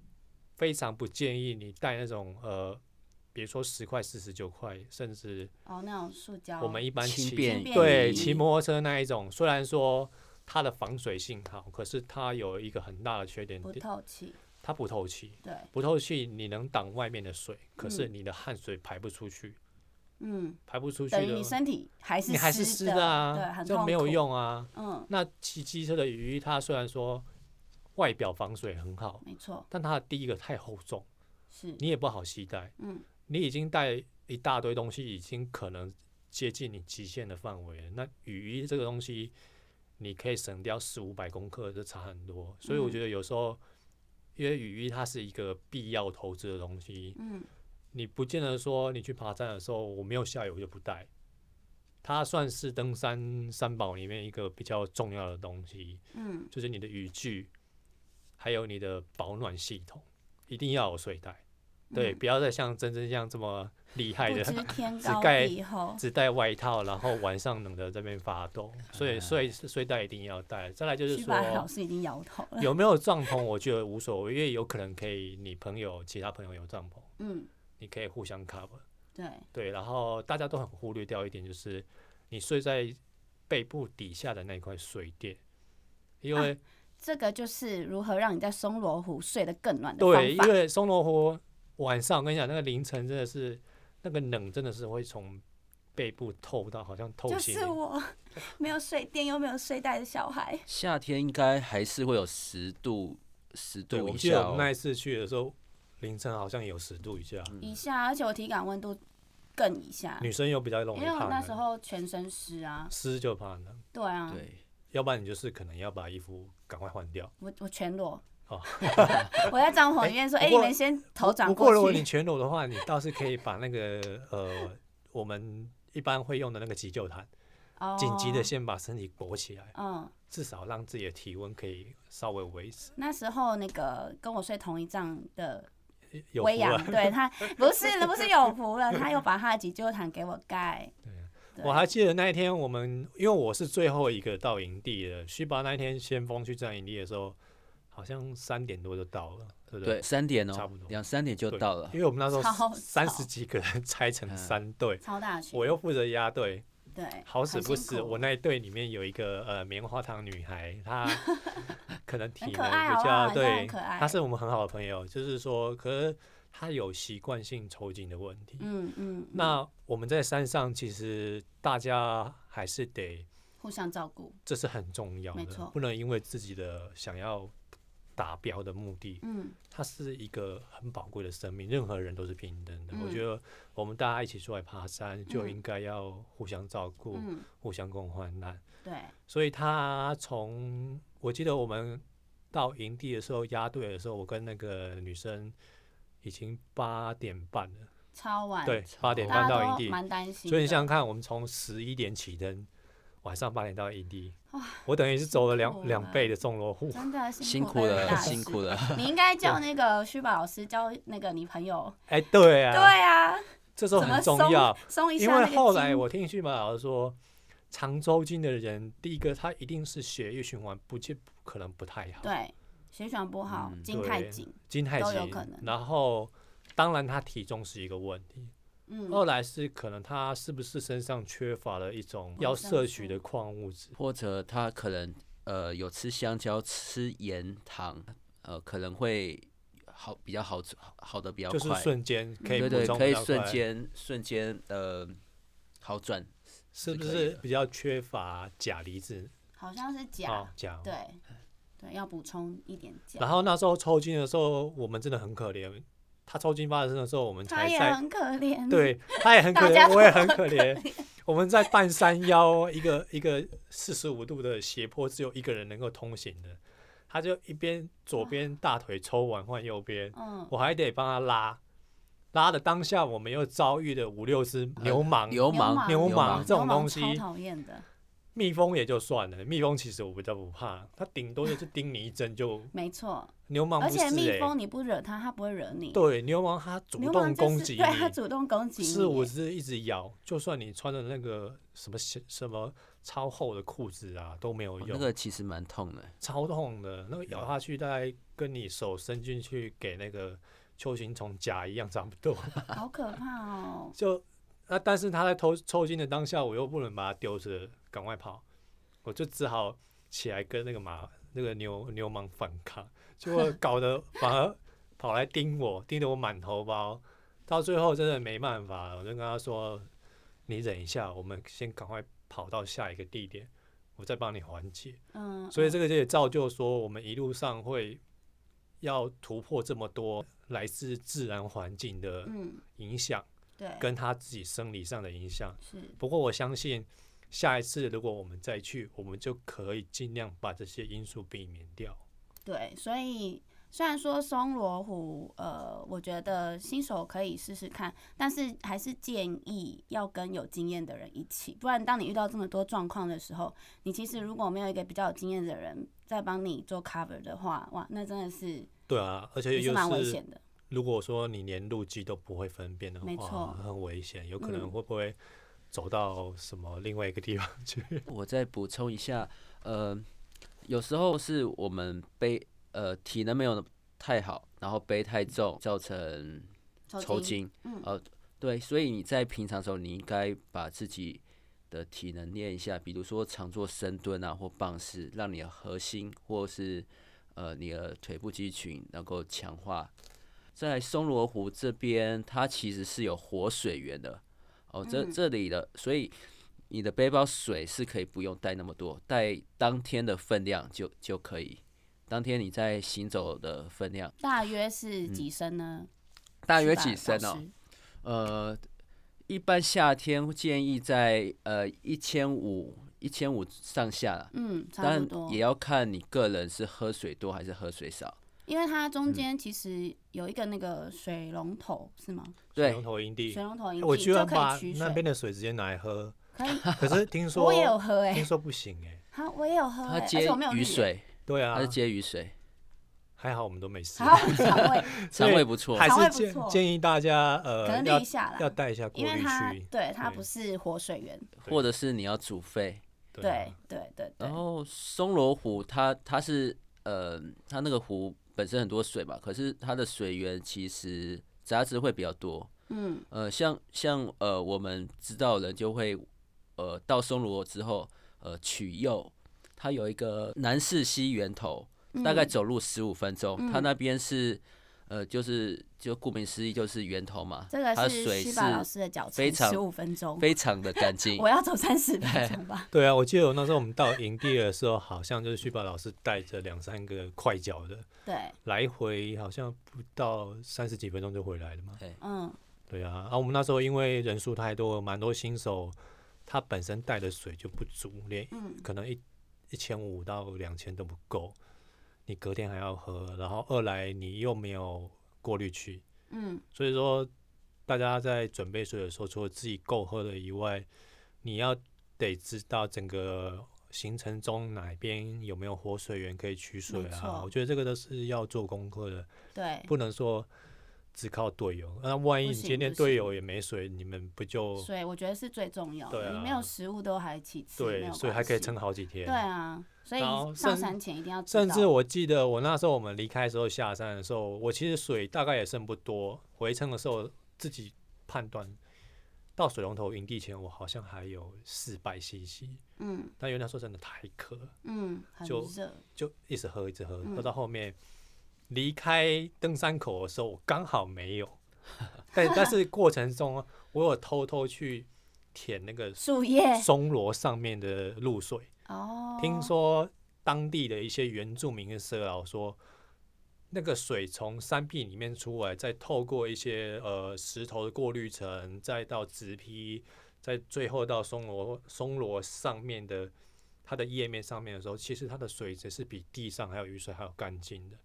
S3: 非常不建议你带那种呃，比如说十块、四十九块，甚至
S1: 哦那种塑胶，
S3: 我们一般
S2: 轻
S3: 骑
S2: 便
S1: 便
S3: 对
S1: 衣
S3: 骑摩托车那一种，虽然说它的防水性好，可是它有一个很大的缺点，
S1: 不透气，
S3: 它不透气。
S1: 对，
S3: 不透气，你能挡外面的水，可是你的汗水排不出去，
S1: 嗯，
S3: 排不出去
S1: 等于
S3: 的
S1: 你，身体还是
S3: 你还是湿
S1: 湿
S3: 的
S1: 对，
S3: 啊，
S1: 很
S3: 就
S1: 痛
S3: 没有
S1: 苦，
S3: 用啊。
S1: 嗯，
S3: 那骑机车的雨衣，它虽然说外表防水很好，
S1: 没错，
S3: 但它的第一个太厚重，
S1: 是，
S3: 你也不好携带。
S1: 嗯
S3: 你已经带一大堆东西，已经可能接近你极限的范围了。那雨衣这个东西，你可以省掉四五百公克，就差很多。所以我
S1: 嗯
S3: 觉得有时候，因为雨衣它是一个必要投资的东西，
S1: 嗯
S3: 你不见得说你去爬山的时候我没有下雨我就不带。它算是登山三宝里面一个比较重要的东西，
S1: 嗯
S3: 就是你的雨具，还有你的保暖系统，一定要有睡袋。对，
S1: 嗯
S3: 不要再像真真像这么厉害
S1: 不
S3: 的，
S1: 知天
S3: 只
S1: 高
S3: 盖
S1: 地厚，
S3: 只带外套，然后晚上冷的这边发抖，所以睡睡袋一定要带。再来就是
S1: 徐白老
S3: 说，
S1: 师已经摇头了，
S3: 有没有帐篷，我觉得无所谓，因为有可能可以你朋友其他朋友有帐篷，
S1: 嗯，
S3: 你可以互相 cover。
S1: 对，
S3: 对，然后大家都很忽略掉一点，就是你睡在背部底下的那一块水垫，因为、
S1: 这个就是如何让你在松罗湖睡得更暖的方
S3: 对，因
S1: 法，
S3: 为松罗湖晚上，我跟你讲，那个凌晨真的是那个冷，真的是会从背部透到，好像透
S1: 就
S3: 心
S1: 是 我没有睡垫又没有睡袋的小孩，
S2: 夏天应该还是会有十度十
S3: 对，
S2: 度
S3: 我
S2: 以
S3: 记得
S2: 下、
S3: 我
S2: 哦
S3: 们。那一次去的时候，凌晨好像有十度以下，
S1: 一下，而且我体感温度更一下，
S3: 嗯女生又比较容
S1: 因
S3: 易
S1: 为我
S3: 怕
S1: 那时
S3: 冷，
S1: 候全身湿啊，
S3: 湿就怕冷，
S1: 对啊，
S2: 对，
S3: 要不然你就是可能要把衣服赶快换掉。
S1: 我我全裸
S3: 哦。
S1: 我在帐篷里面说：“
S3: 哎
S1: 哎、你
S3: 不过
S1: 们先头转
S3: 不过如
S1: 过
S3: 果你
S1: 去。
S3: 全裸的话，你倒是可以把那个呃，我们一般会用的那个急救毯，”
S1: 哦，
S3: 紧急的先把身体裹起来，
S1: 嗯，
S3: 至少让自己的体温可以稍微维持。
S1: 那时候那个跟我睡同一帐的
S3: 有
S1: 微
S3: 福啊
S1: 阳，对 他不是不是有福了，他又把他的急救毯给我盖。
S3: 啊
S1: 对
S3: 我还记得那一天，我们因为我是最后一个到营地的，须巴那一天先锋去占营地的时候，好像三点多就到了，对不
S2: 对，？三点
S3: 差
S2: 哦
S3: 不多，
S2: 两三点就
S3: 对
S2: 到了
S3: 因。为我们那时
S1: 超
S3: 候
S1: 早
S3: 三十几个人拆成三队，
S1: 超大群，
S3: 我又负责压队，
S1: 对，
S3: 好死
S1: 很
S3: 不
S1: 辛
S3: 死，
S1: 苦
S3: 我那一队里面有一个呃棉花糖女孩，她 可能体
S1: 很
S3: 能比
S1: 可爱哦好不
S3: 较
S1: 好人家很
S3: 对，
S1: 可爱
S3: 她是我们很好的朋友，就是说，可是她有习惯性抽筋的问题，
S1: 嗯嗯，嗯
S3: 那我们在山上，其实大家还是得，
S1: 互相照顾，
S3: 这是很重要
S1: 没
S3: 的
S1: 错，
S3: 不能因为自己的想要达标的目的，
S1: 嗯
S3: 它是一个很宝贵的生命，任何人都是平等的。我
S1: 嗯
S3: 觉得我们大家一起出来爬山，就
S1: 嗯
S3: 应该要互相照顾、
S1: 嗯，
S3: 互相共患难。
S1: 对，
S3: 所以他从我记得我们到营地的时候，压队的时候，我跟那个女生已经八点半了，
S1: 超晚，
S3: 对，八点
S1: 大
S3: 半到
S1: 家
S3: 营
S1: 都
S3: 地，
S1: 蛮担心的。
S3: 所以你想想看，我们从十一点起登，晚上八点到营地，我等于是走了
S1: 辛
S3: 两
S1: 苦
S3: 两倍的纵罗湖。
S1: 真的
S2: 辛
S1: 苦
S2: 苦了，辛苦
S1: 了。
S2: 了。
S1: 你应该叫那个虚宝老师教那个你朋友，
S3: 哎、 对
S1: 对
S3: 啊，
S1: 啊，
S3: 这时候
S1: 怎么
S3: 很重
S1: 松
S3: 要，
S1: 松一
S3: 因
S1: 下那
S3: 为
S1: 个
S3: 后来
S1: 筋
S3: 我听旭马老师说，长洲经的人，第一个他一定是血液循环不见可能不太好，
S1: 对血管不好，
S2: 嗯
S1: 筋
S3: 对
S1: 太紧，
S3: 筋太
S1: 都
S3: 紧
S1: 有可能，
S3: 然后当然他体重是一个问题，
S1: 嗯，
S3: 二来是可能他是不是身上缺乏了一种要
S1: 维生
S3: 摄取
S1: 素
S3: 的矿物质，
S2: 或者他可能呃有吃香蕉、吃盐、糖，呃可能会好比较好好的比较
S3: 就
S2: 快，嗯
S3: 是瞬间可以
S2: 对
S3: 补
S2: 对，
S3: 充
S2: 可以
S3: 比较
S2: 瞬
S3: 快
S2: 间瞬间呃好转，
S3: 是不
S2: 是可以
S3: 是
S2: 的
S3: 比较缺乏钾离子
S1: 好像是钾
S3: 啊？，钾。
S1: 对对，要补充一点钾
S3: 然，后那时候抽筋的时候，我们真的很可怜，他抽筋发生的时候，我们
S1: 他
S3: 才
S1: 也
S3: 在，
S1: 很可怜。，
S3: 对， 他也很可
S1: 大家
S3: 怜，
S1: 都
S3: 我也很可怜。 我们在半山腰，一个一个四十五度的斜坡，只有一个人能够通行的，他就一边左边大腿抽完换右边，
S1: 嗯，
S3: 我还得帮他拉，拉的当下我们又遭遇了五六只牛虻、
S2: 流氓
S3: 牛
S2: 氓
S3: 虻这种东西
S1: 牛虻超讨厌的，
S3: 蜜蜂也就算了，蜜蜂其实我比较不怕，它顶多就是叮你一针就
S1: 没错。
S3: 牛虻
S1: 而
S3: 不是、
S1: 且
S3: 欸、
S1: 蜜蜂你不惹它，它不会惹你。
S3: 对牛虻它主
S1: 牛
S3: 动
S1: 虻
S3: 攻
S1: 就
S3: 击
S1: 是
S3: 你，
S1: 对它主动攻击你。
S3: 四五只一直咬，就算你穿的那个什么鞋什么超厚的裤子啊都没有
S2: 哦
S3: 用，
S2: 那个其实蛮痛 的。
S3: 超痛的，那个咬下去大概跟你手伸进去给那个球形虫夹一样差不多。
S1: 好可怕哦！
S3: 就那但是他在抽抽筋的当下，我又不能把它丢着赶快跑，我就只好起来跟那个马那个牛牛虻反抗，结果搞得反而跑来盯我，盯得我满头包，到最后真的没办法了，我就跟他说：“你忍一下，我们先赶快跑到下一个地点，我再帮你缓解。”
S1: 嗯，
S3: 所以这个就也造就说，我们一路上会要突破这么多来自自然环境的
S1: 嗯，
S3: 影响。
S1: 对，
S3: 跟他自己生理上的影响。
S1: 是
S3: 不过我相信，下一次如果我们再去，我们就可以尽量把这些因素避免掉。
S1: 对，所以虽然说松罗湖，呃，我觉得新手可以试试看，但是还是建议要跟有经验的人一起，不然当你遇到这么多状况的时候，你其实如果没有一个比较有经验的人在帮你做 cover 的话，哇，那真的是
S3: 对啊，而且
S1: 也是
S3: 又
S1: 蛮危
S3: 是
S1: 险的。
S3: 如果说你连路基都不会分辨的
S1: 没错
S3: 话，很危险，有可能
S1: 嗯
S3: 会不会走到什么另外一个地方 去？
S2: 我再补充一下，呃，有时候是我们背呃体能没有太好，然后背太重，造成抽
S1: 筋，
S2: 筋。
S1: 嗯
S2: 呃，对，所以你在平常的时候，你应该把自己的体能练一下，比如说常做深蹲啊或棒式，让你的核心或是呃你的腿部肌群能够强化。在松罗湖这边，它其实是有活水源的哦，这
S1: 嗯
S2: 这里的，所以你的背包水是可以不用带那么多，带当天的分量就就可以。当天你在行走的分量
S1: 大约是几升呢？
S2: 嗯大约
S1: 是吧
S2: 几升
S1: 老
S2: 哦？
S1: 师
S2: 呃，一般夏天建议在呃一千五一千五上下啦，
S1: 嗯，差不
S2: 但
S1: 多
S2: 也。要看你个人是喝水多还是喝水少。
S1: 因为它
S2: 嗯
S1: 中间其实有一个那个水龙头是吗？
S2: 对
S3: 龙头营地
S1: 水，龙头引
S3: 我
S1: 起
S3: 居
S1: 就
S3: 然
S1: 可以
S3: 把
S1: 取
S3: 那边
S1: 水，
S3: 的水直接拿 来喝，
S1: 可以。
S3: 可是听说
S1: 我也有喝哎、
S3: 听说不行哎、
S1: 好，我也有喝、欸，
S2: 它
S1: 而
S2: 接
S1: 且我没有
S2: 雨
S1: 绿欸，
S2: 水，
S3: 对啊
S2: 它，是接雨水，
S3: 还好我们都没事
S1: 还，好我 肠胃，
S3: 所以
S2: 肠胃不错。
S3: 还
S1: 肠胃
S3: 是
S1: 不
S3: 建
S1: 错
S3: 建议大家
S1: 可
S3: 呃
S1: 能
S3: 要
S1: 滤一下
S3: 要
S1: 啦，
S3: 带一下过
S1: 因为
S3: 滤
S1: 它
S3: 区，
S1: 对它
S3: 对
S1: 不是活水源，
S2: 或者是你要煮沸。
S3: 啊
S1: 对对对对
S2: 然，后松罗湖它它是呃它那个湖本身很多水嘛，可是它的水源其实杂质会比较多，
S1: 嗯，
S2: 呃，像像呃，我们知道人就会呃到松罗之后，呃，取右，它有一个南势溪源头，大概
S1: 嗯
S2: 走路十五分钟，它
S1: 嗯
S2: 那边是呃，就是就顾名思义就是源头嘛，
S1: 这个
S2: 它的
S1: 是
S2: 水
S1: 西
S2: 是
S1: 巴老师的脚
S2: 非
S1: 程，
S2: 常
S1: 十五分钟，
S2: 非常的干净
S1: 我。要走三十分钟 吧，
S3: 对啊，我记得我那时候我们到营地的时候，好像就是旭宝老师带着两三个快脚的，
S1: 对，
S3: 来回好像不到三十几分钟就回来了嘛。
S1: 嗯，
S3: 对啊，啊，我们那时候因为人数太多，蛮多新手他本身带的水就不足，连
S1: 嗯
S3: 可能一一千五到两千都不够，你隔天还要喝，然后二来你又没有过滤器，
S1: 嗯，
S3: 所以说，大家在准备水的时候，除了自己够喝的以外，你要得知道整个行程中哪边有没有活水源可以取水
S1: 没
S3: 啊。
S1: 错
S3: 我觉得这个都是要做功课的，
S1: 对，
S3: 不能说只靠队友。那万一
S1: 不
S3: 你
S1: 行
S3: 今天
S1: 不
S3: 队
S1: 行
S3: 友也没水，你们不就
S1: 所以我觉得是最重要
S3: 对
S1: 的，
S3: 啊
S1: 你没有食物都还其次，没
S3: 对，
S1: 有
S3: 所以
S1: 关
S3: 还可以
S1: 系
S3: 撑，好几天。
S1: 对啊，所以
S3: 然后
S1: 上
S3: 甚
S1: 山前一定要知
S3: 甚至
S1: 道
S3: 我记得我那时候我们离开的时候下山的时候，我其实水大概也剩不多，回程的时候自己判断到水龙头营地前，我好像还有四百 CC，
S1: 嗯
S3: 但因为那时候真的太渴了，
S1: 嗯，很
S3: 就
S1: 热，
S3: 就一直喝一直喝，
S1: 嗯
S3: 喝到后面离开登山口的时候，我刚好 没有，但但是过程中啊我有偷偷去舔那个
S1: 树叶
S3: 松萝上面的露水。
S1: 哦，
S3: 听说当地的一些原住民的社老说，那个水从山壁里面出来，再透过一些呃石头的过滤层，再到植皮，再最后到松萝松萝上面的它的叶面上面的时候，其实它的水质是比地上还有雨水还要干净的。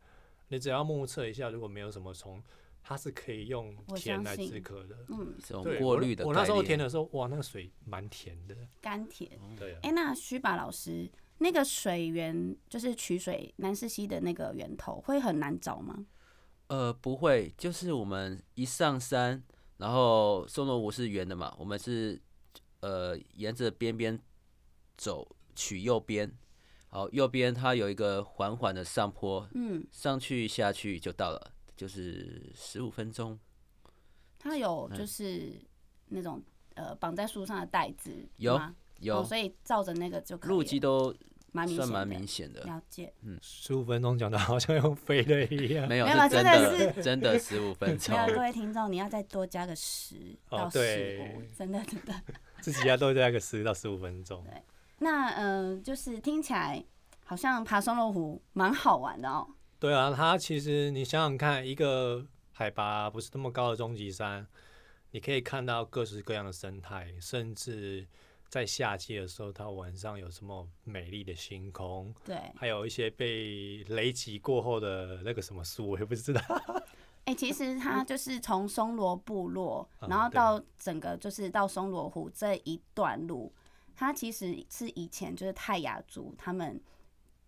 S3: 你只要目测一下，如果没有什么虫，它是可以用
S1: 我
S3: 甜
S1: 相
S3: 来
S1: 信
S3: 止渴的。
S1: 嗯，
S2: 这种
S3: 对，
S2: 过滤的
S3: 我那。我那时候
S2: 概
S3: 填
S2: 念哦
S3: 的时候，哇，那个水蛮甜的。
S1: 甘甜。
S3: 对啊
S1: 哎、，那徐把老师，那个水源就是取水南势溪的那个源头，会很难找吗？
S2: 呃，不会，就是我们一上山，然后松萝湖是圆的嘛，我们是呃沿着边边走，取右边，好，右边它有一个缓缓的上坡，
S1: 嗯，
S2: 上去下去就到了，就是十五分钟，
S1: 它有
S2: 嗯
S1: 就是那种呃绑在树上的带子
S2: 有
S1: 吗哦，
S2: 有
S1: 所以照着那个就可以了
S2: 路基都
S1: 蛮明
S2: 算
S1: 显
S2: 蛮
S1: 的，
S2: 明显的，
S1: 了 解，
S3: 十五分钟讲的好像用飞了一样。
S2: 没有
S1: 没有啦
S2: 是真
S1: 真
S2: 的
S1: 的
S2: 真的十五分钟
S1: 没，啊有各位听众，你要再多加个十
S3: 哦
S1: 到十五、
S3: 对
S1: 真的真的。
S3: 自己要都在个十到十五分钟。
S1: 那嗯、呃就是听起来好像爬松露湖蛮好玩的哦。
S3: 对啊，它其实你想想看，一个海拔不是那么高的终极山，你可以看到各式各样的生态，甚至在夏季的时候，它晚上有什么美丽的星空，
S1: 对，哎、
S3: 还有一些被雷击过后的那个什么树，我也 不知道。
S1: 哎其实它就是从松罗部落，
S3: 嗯
S1: 然后到整个就是到松罗湖这一段路，它其实是以前就是泰雅族他们。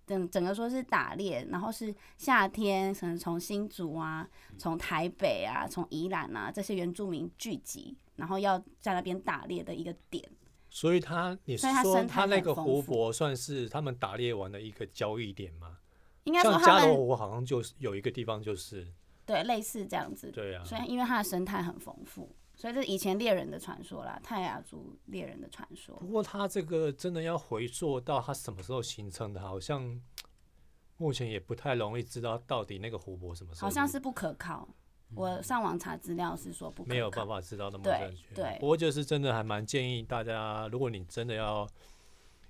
S1: 整整个说是打猎，然后是夏天，可能从新竹啊、从台北啊、从宜兰啊这些原住民聚集，然后要在那边打猎的一个点。
S3: 所以它，你是
S1: 所以它
S3: 说
S1: 生态
S3: 它那
S1: 很
S3: 个
S1: 丰
S3: 湖
S1: 富
S3: 泊算是他们打猎完的一个交易点吗？
S1: 应该说
S3: 像
S1: 他
S3: 加罗
S1: 们
S3: 湖好像就是有一个地方就是，
S1: 对类似这样子
S3: 对啊，
S1: 所以因为它的生态很丰富，所以这是以前猎人的传说啦，泰雅族猎人的传说
S3: 不。过它这个真的要回溯到它什么时候形成的，好像目前也不太容易知道到底那个湖泊什么时候
S1: 好像是不可靠。我上网查资料是说不可靠，
S3: 没有办法知道那么
S1: 对
S3: 正确。
S1: 对
S3: 不过就是真的还蛮建议大家，如果你真的要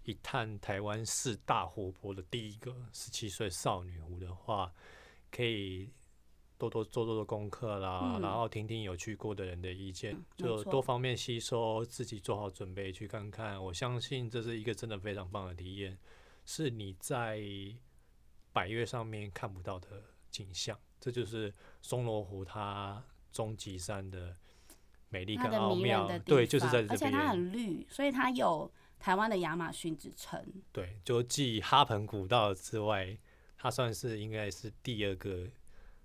S3: 一探台湾四大湖泊的第一个十七岁少女湖的话，可以。多多做做做功课啦，
S1: 嗯
S3: 然后听听有去过的人的意见，
S1: 嗯没
S3: 就
S1: 错
S3: 多方面吸收，自己做好准备去看看。我相信这是一个真的非常棒的体验，是你在百越上面看不到的景象。这就是松罗湖它终极山的美丽
S1: 它
S3: 跟
S1: 的
S3: 奥
S1: 迷人
S3: 妙
S1: 的，地
S3: 对，就是
S1: 方
S3: 在这
S1: 而且它
S3: 边，
S1: 很绿，所以它有台湾的亚马逊之称。
S3: 对，就继哈盆古道之外，它算是应该是第二个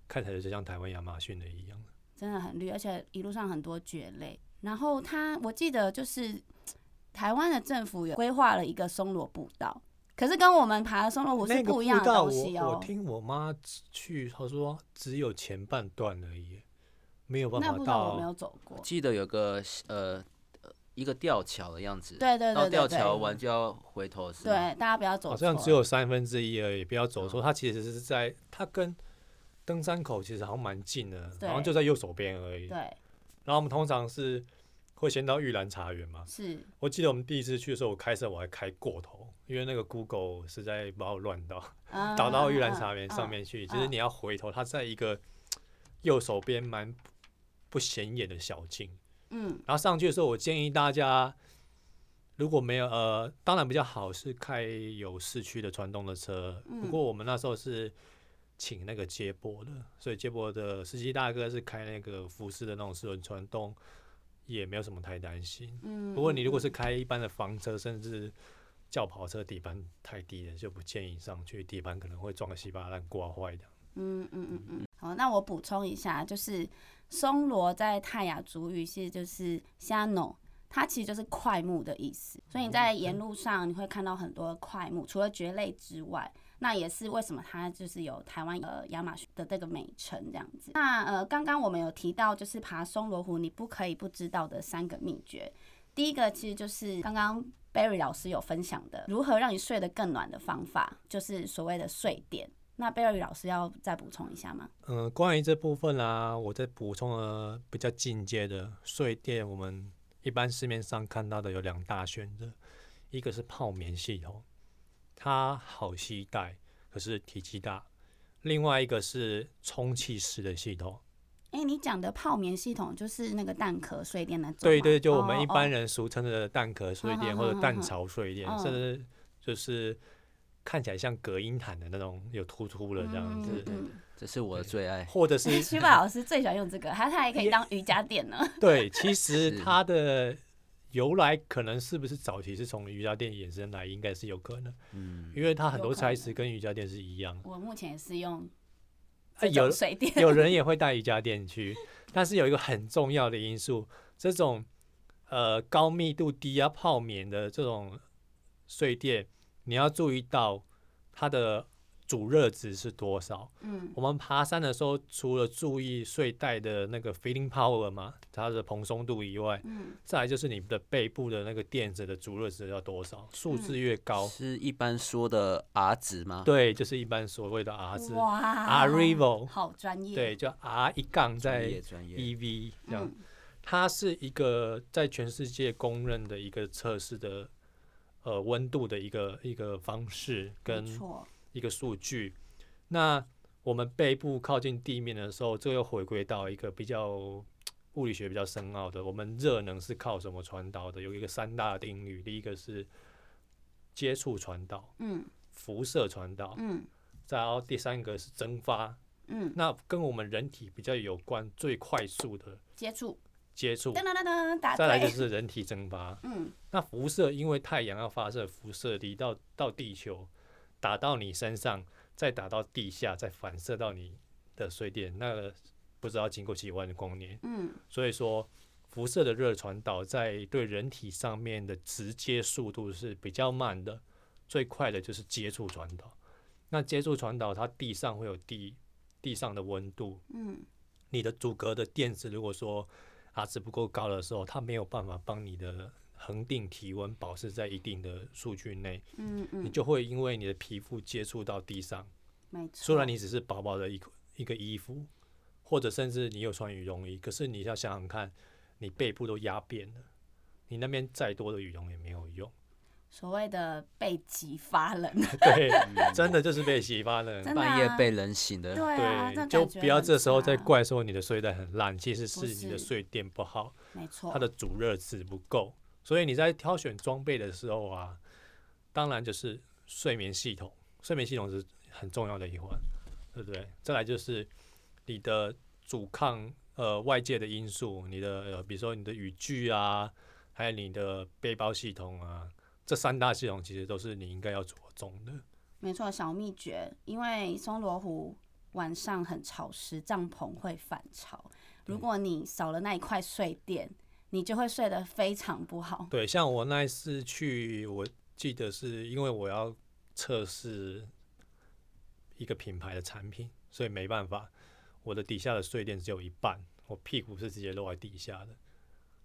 S3: 看起来就像台湾亚马逊的一样。
S1: 真的很绿，而且一路上很多蕨类。然后它，我记得就是台湾的政府有规划了一个松萝步道，可是跟我们爬的松萝湖
S3: 那
S1: 是
S3: 个
S1: 不一样
S3: 步
S1: 的
S3: 道
S1: 东
S3: 我
S1: 西哦
S3: 我。听我妈去，她说只有前半段而已，没有办
S1: 那
S3: 法
S1: 步道我没
S3: 到。
S1: 有走过。
S2: 记得有个呃一个吊桥的样子，
S1: 对对
S2: 到
S1: 对
S2: 吊
S1: 对对，
S2: 桥完就要回头是
S1: 对
S2: 吗？，
S1: 大家不要走错。
S3: 好像只有三分之一而已，不要走
S2: 嗯
S3: 错。它其实是在它跟登山口其实好像蛮近的，
S1: 对
S3: 然后就在右手边而已。
S1: 对
S3: 然后我们通常是会先到玉兰茶园嘛。
S1: 是
S3: 我记得我们第一次去的时候，我开车我还开过头，因为那个 Google 实在把我乱到，
S1: 嗯啊
S3: 导到玉兰茶园上。面去。其实你要回头，它在一个右手边蛮不显眼的小径。
S1: 嗯嗯嗯，嗯
S3: 然后上去的时候，我建议大家如果没有呃，当然比较好是开有市区的传动的车。
S1: 嗯
S3: 不过我们那时候是请那个接驳的，所以接驳的司机大哥是开那个福斯的那种四轮传动，也没有什么太担心。
S1: 嗯，
S3: 不过你如果是开一般的房车，甚至轿跑车，底盘太低了，就不建议上去，底盘可能会撞稀巴烂刮坏的。
S1: 嗯嗯嗯嗯，好，那我补充一下，就是松萝在泰雅族语是就是虾农，它其实就是快木的意思，所以你在沿路上你会看到很多快木，除了蕨类之外。那也是为什么它就是有台湾呃亚马逊的这个美称这样子。那呃，刚刚我们有提到就是爬松萝湖你不可以不知道的三个秘诀，第一个其实就是刚刚 Barry 老师有分享的如何让你睡得更暖的方法，就是所谓的睡垫。那贝尔老师要再补充一下吗？
S3: 嗯，关于这部分啊，我再补充了比较进阶的睡垫。我们一般市面上看到的有两大选择，一哦个是泡棉系统，它好携带，可是体积大；另外一个是充气式的系统。
S1: 哎、你讲的泡棉系统就是那个蛋壳睡垫那种吗，
S3: 对对，就我
S1: 哦
S3: 们一
S1: 哦
S3: 般人俗称的蛋壳睡
S1: 哼
S3: 垫
S1: 哼
S3: 或者
S1: 哼
S3: 蛋
S1: 哼
S3: 巢睡垫
S1: 嗯，
S3: 甚至就是看起来像隔音毯的那种，有突出的这样
S1: 嗯
S3: 子，
S1: 嗯
S2: 这是我的最爱。
S3: 或者是
S1: 嗯徐宝老师最喜欢用这个，他他还可以当瑜伽垫呢。
S3: 对，其实
S2: 是
S3: 它的由来可能是不是早期是从瑜伽垫衍生来，应该是有可能，
S2: 嗯，
S3: 因为它很
S1: 有
S3: 多
S1: 可
S3: 材
S1: 能
S3: 质跟瑜伽垫是一样的。
S1: 我目前也是用
S3: 啊，
S1: 这
S3: 有
S1: 种水垫，
S3: 有人也会带瑜伽垫去，但是有一个很重要的因素，这种呃高密度低压泡棉的这种睡垫，你要注意到它的主热值是多少。
S1: 嗯，
S3: 我们爬山的时候，除了注意睡袋的那个 fitting power 嘛，它的蓬松度以外，
S1: 嗯
S3: 再来就是你的背部的那个垫子的主热值要多少，数字越高，
S1: 嗯
S2: 是一般说的 R 值吗？
S3: 对，就是一般所谓的 R 值
S1: 哇
S3: ，Arrival，
S1: 好专业，
S3: 对，，就 R 一杠
S2: 专
S3: 在
S2: 业专业。
S3: EV 这样。
S1: 嗯
S3: 它是一个在全世界公认的一个测试的呃温度的一个一个方式跟
S1: 没错，
S3: 一个数据。那我们背部靠近地面的时候，这又回归到一个比较物理学比较深奥的，我们热能是靠什么传导的？有一个三大定律，第一个是接触传导、
S1: 嗯
S3: 辐射传导，
S1: 嗯
S3: 再然后第三个是蒸发。
S1: 嗯，
S3: 那跟我们人体比较有关，最快速的
S1: 接触，
S3: 接触
S1: 噔，噔噔噔，答
S3: 再来就
S1: 对，
S3: 是人体蒸发。
S1: 嗯
S3: 那辐射因为太阳要发射辐射力到到地球，打到你身上，再打到地下，再反射到你的水点，那个不知道经过几万光年。
S1: 嗯
S3: 所以说，辐射的热传导在对人体上面的直接速度是比较慢的，最快的就是接触传导。那接触传导，它地上会有地地上的温度，
S1: 嗯
S3: 你的阻隔的电子如果说 R 值不够高的时候，它没有办法帮你的恒定体温保持在一定的数据内，
S1: 嗯
S3: 你
S1: 嗯，
S3: 就会因为你的皮肤接触到地上，
S1: 没错，
S3: 虽然你只是薄薄的一个一个衣服，或者甚至你有穿羽绒衣，可是你要想想看，你背部都压扁了，你那边再多的羽绒也没有用。
S1: 所谓的被激发冷，
S3: 对，
S2: 嗯
S3: 真的就是被洗发了。
S1: 真的啊
S2: 半夜被冷醒的，
S1: 对啊，那
S3: 对，就
S1: 感觉
S3: 不要
S1: 很
S3: 这时候
S1: 差
S3: 再，怪说你的睡袋很烂，其实
S1: 不
S3: 是
S1: 是
S3: 你的睡垫不好。
S1: 没错，
S3: 它的主热值不够，所以你在挑选装备的时候啊，当然就是睡眠系统，睡眠系统是很重要的一环，对不对？再来就是你的阻抗呃外界的因素，你的、呃、比如说你的语句啊，还有你的背包系统啊，这三大系统其实都是你应该要着重的。
S1: 没错，小秘诀，因为松罗湖晚上很潮湿，帐篷会反潮。如果你少了那一块睡垫，你就会睡得非常不好。
S3: 对，像我那一次去，我记得是因为我要测试一个品牌的产品，所以没办法，我的底下的睡垫只有一半，我屁股是直接落在底下的。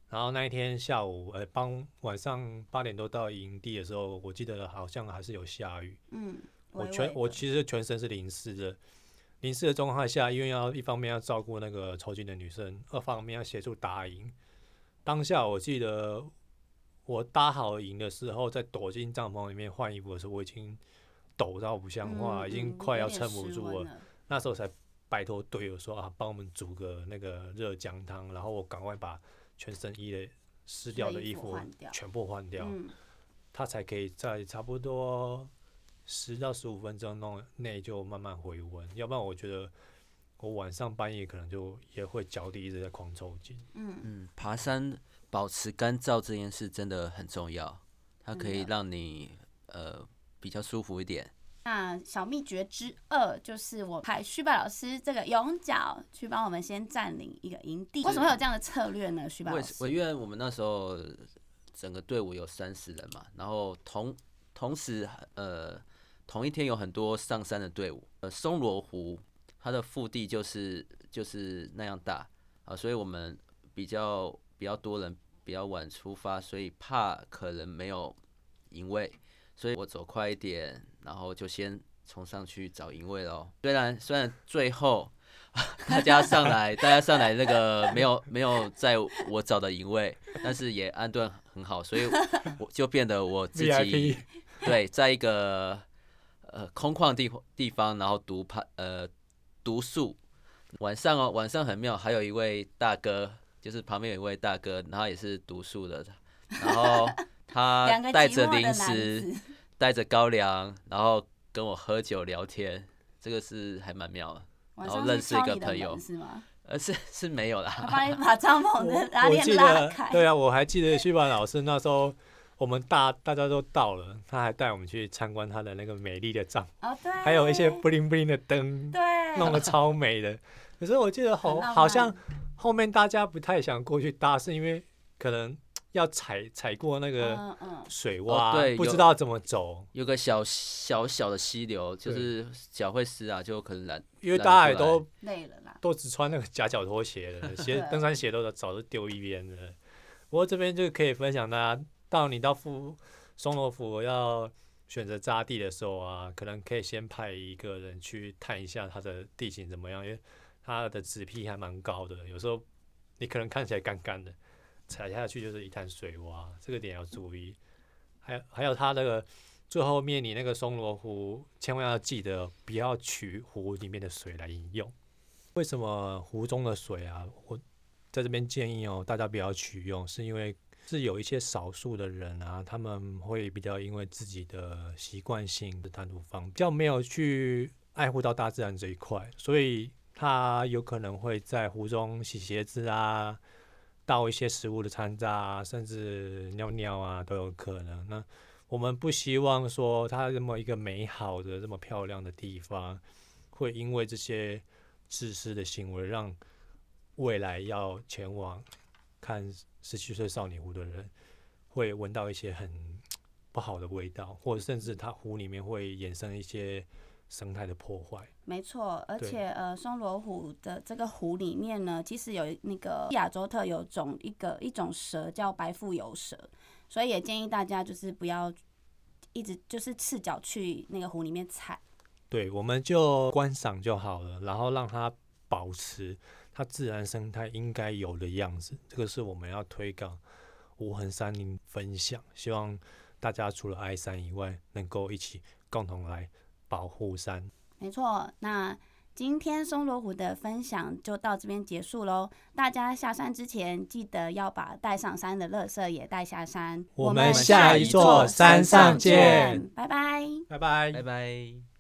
S3: 然后那一天下午，呃，傍晚上八点多到营地的时候，我记得好像还是有下雨，
S1: 嗯，
S3: 我
S1: 微微
S3: 全我
S1: 的
S3: 其实全身是淋湿的，淋湿的状况下，因为要一方面要照顾那个抽筋的女生，二方面要协助打营。当下我记得我搭好营的时候，在躲进帐篷里面换衣服的时候，我已经抖到不像话，
S1: 嗯
S3: 已经
S1: 嗯
S3: 快
S1: 有
S3: 要
S1: 点
S3: 撑不
S1: 失
S3: 住
S1: 温
S3: 了。那时候才拜托队友说啊，帮我们煮个那个热姜汤，然后我赶快把全身衣的湿掉的
S1: 衣
S3: 衣
S1: 服
S3: 服
S1: 换掉
S3: 全部换掉。
S1: 嗯，
S3: 它才可以在差不多十到十五分钟弄内就慢慢回温，要不然我觉得我晚上半夜可能就也会脚底一直在狂抽筋。
S2: 嗯，爬山保持干燥这件事真的很重要，它可以
S1: 真的
S2: 让你呃比较舒服一点。
S1: 那小秘诀之二就是我派旭爸老师这个勇角去帮我们先占领一个营地。为什么会有这样的策略呢？旭爸
S2: 我
S1: 老
S2: 也是我
S1: 师，
S2: 因为我们那时候整个队伍有三十人嘛，然后同同时呃同一天有很多上山的队伍，呃松罗湖它的腹地就是就是那样大啊、所以我们比较比较多人比较晚出发，所以怕可能没有营位，所以我走快一点，然后就先冲上去找营位喽。虽然虽然最后 大家上来，大家上来那个没有没有在我找的营位，但是也安顿很好，所以我就变得我自己
S3: VIP
S2: 对，在一个呃空旷地地方，然后读攀呃读书。晚上哦，晚上很妙，还有一位大哥，就是旁边有一位大哥，然后也是读书的，然后
S3: 啊
S2: 他
S1: 两个
S2: 带
S1: 寂
S2: 着
S1: 寞的
S2: 零
S1: 男
S2: 食，
S1: 子，
S2: 带着高粱，然后跟我喝酒聊天，这个是还蛮妙的。
S1: 晚
S2: 然后
S1: 上
S2: 认
S1: 是
S2: 识一
S1: 敲
S2: 个
S1: 你的
S2: 朋
S1: 门
S2: 友
S1: 是吗？
S2: 呃，是是没有
S1: 他
S2: 啦，
S1: 帮你把帐篷的拉
S3: 我我
S1: 链
S3: 记
S1: 拉
S3: 得
S1: 开，，
S3: 对啊，我还记得旭凡老师那时候，我们大大家都到了，他还带我们去参观他的那个美丽的帐，
S1: 哦对，
S3: 还有一些布灵布灵的灯，
S1: 对，
S3: 弄得超美的。可是我记得好
S1: 很浪漫
S3: 好像后面大家不太想过去搭，是因为可能要踩踩过那个
S1: 嗯嗯，
S3: 水洼，
S2: 哦对
S3: 不
S2: 有
S3: 知道怎么走，
S2: 有个小小小的溪流，就
S3: 对
S2: 是脚会湿啊，就可能懒
S3: 因为
S2: 懒得
S3: 大家也
S2: 过来
S3: 都
S1: 累了啦，
S3: 都只穿那个夹脚拖鞋了，鞋
S1: 对
S3: 登山鞋都早就丢一边了。不过这边就可以分享大家，到你到富松罗府要选择扎地的时候啊，可能可以先派一个人去探一下它的地形怎么样，因为它的植被还蛮高的，有时候你可能看起来干干的，踩下去就是一滩水洼，这个点要注意。还有还有它那个最后面你那个松罗湖，千万要记得不要取湖里面的水来饮用。为什么湖中的水啊？我在这边建议哦，大家不要取用，是因为是有一些少数的人啊，他们会比较因为自己的习惯性的贪图方便，比较没有去爱护到大自然这一块，所以他有可能会在湖中洗鞋子啊，倒一些食物的残渣啊，甚至尿尿啊都有可能。那我们不希望说它这么一个美好的、这么漂亮的地方，会因为这些自私的行为，让未来要前往看十七岁少年湖的人，会闻到一些很不好的味道，或者甚至它湖里面会衍生一些生态的破坏。
S1: 没错，而
S3: 对
S1: 且呃，松罗湖的这个湖里面呢，其实有那个亚洲特有种一个一种蛇叫白腹游蛇，所以也建议大家就是不要一直就是赤脚去那个湖里面踩。
S3: 对，我们就观赏就好了，然后让它保持它自然生态应该有的样子。这个是我们要推广无痕山林分享，希望大家除了爱山以外，能够一起共同来保护山。
S1: 没错，那今天松罗湖的分享就到这边结束喽。大家下山之前，记得要把带上山的垃圾也带下山。
S3: 我们下一座山上见，
S1: 拜拜。
S3: 拜拜
S2: 拜拜。